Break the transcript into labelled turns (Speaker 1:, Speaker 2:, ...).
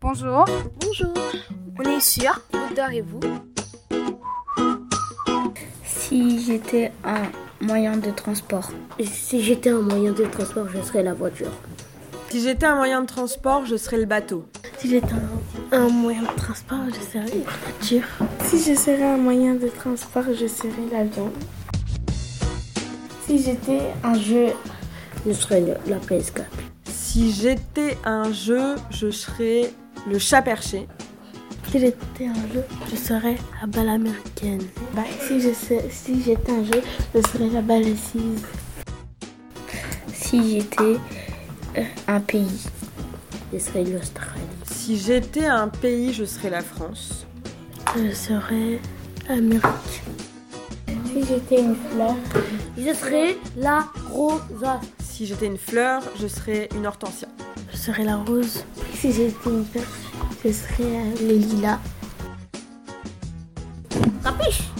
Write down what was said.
Speaker 1: Bonjour,
Speaker 2: Bonjour,
Speaker 1: on est sur Docteur et vous.
Speaker 3: Si j'étais un moyen de transport,
Speaker 2: si j'étais un moyen de transport, je serais la voiture.
Speaker 4: Si j'étais un moyen de transport, je serais le bateau.
Speaker 5: Si j'étais un, un moyen de transport, je serais une voiture.
Speaker 6: Si je serais un moyen de transport, je serais l'avion.
Speaker 7: Si j'étais un jeu,
Speaker 2: Je serais le- la PS4.
Speaker 4: Si j'étais un jeu, je serais le chat perché.
Speaker 5: Si j'étais un jeu, je serais la balle américaine.
Speaker 6: Bah, si je sais- si j'étais un jeu, je serais la balle assise.
Speaker 3: si j'étais euh, un pays,
Speaker 2: Je serais l'Australie.
Speaker 4: Si j'étais un pays, je serais la France.
Speaker 5: Je serais Amérique.
Speaker 7: si j'étais une fleur,
Speaker 2: Je serais la rosa.
Speaker 4: Si j'étais une fleur, je serais une hortensia.
Speaker 5: Je serais la rose.
Speaker 6: Si j'étais une peur, je serais euh, les lilas.
Speaker 2: Capiche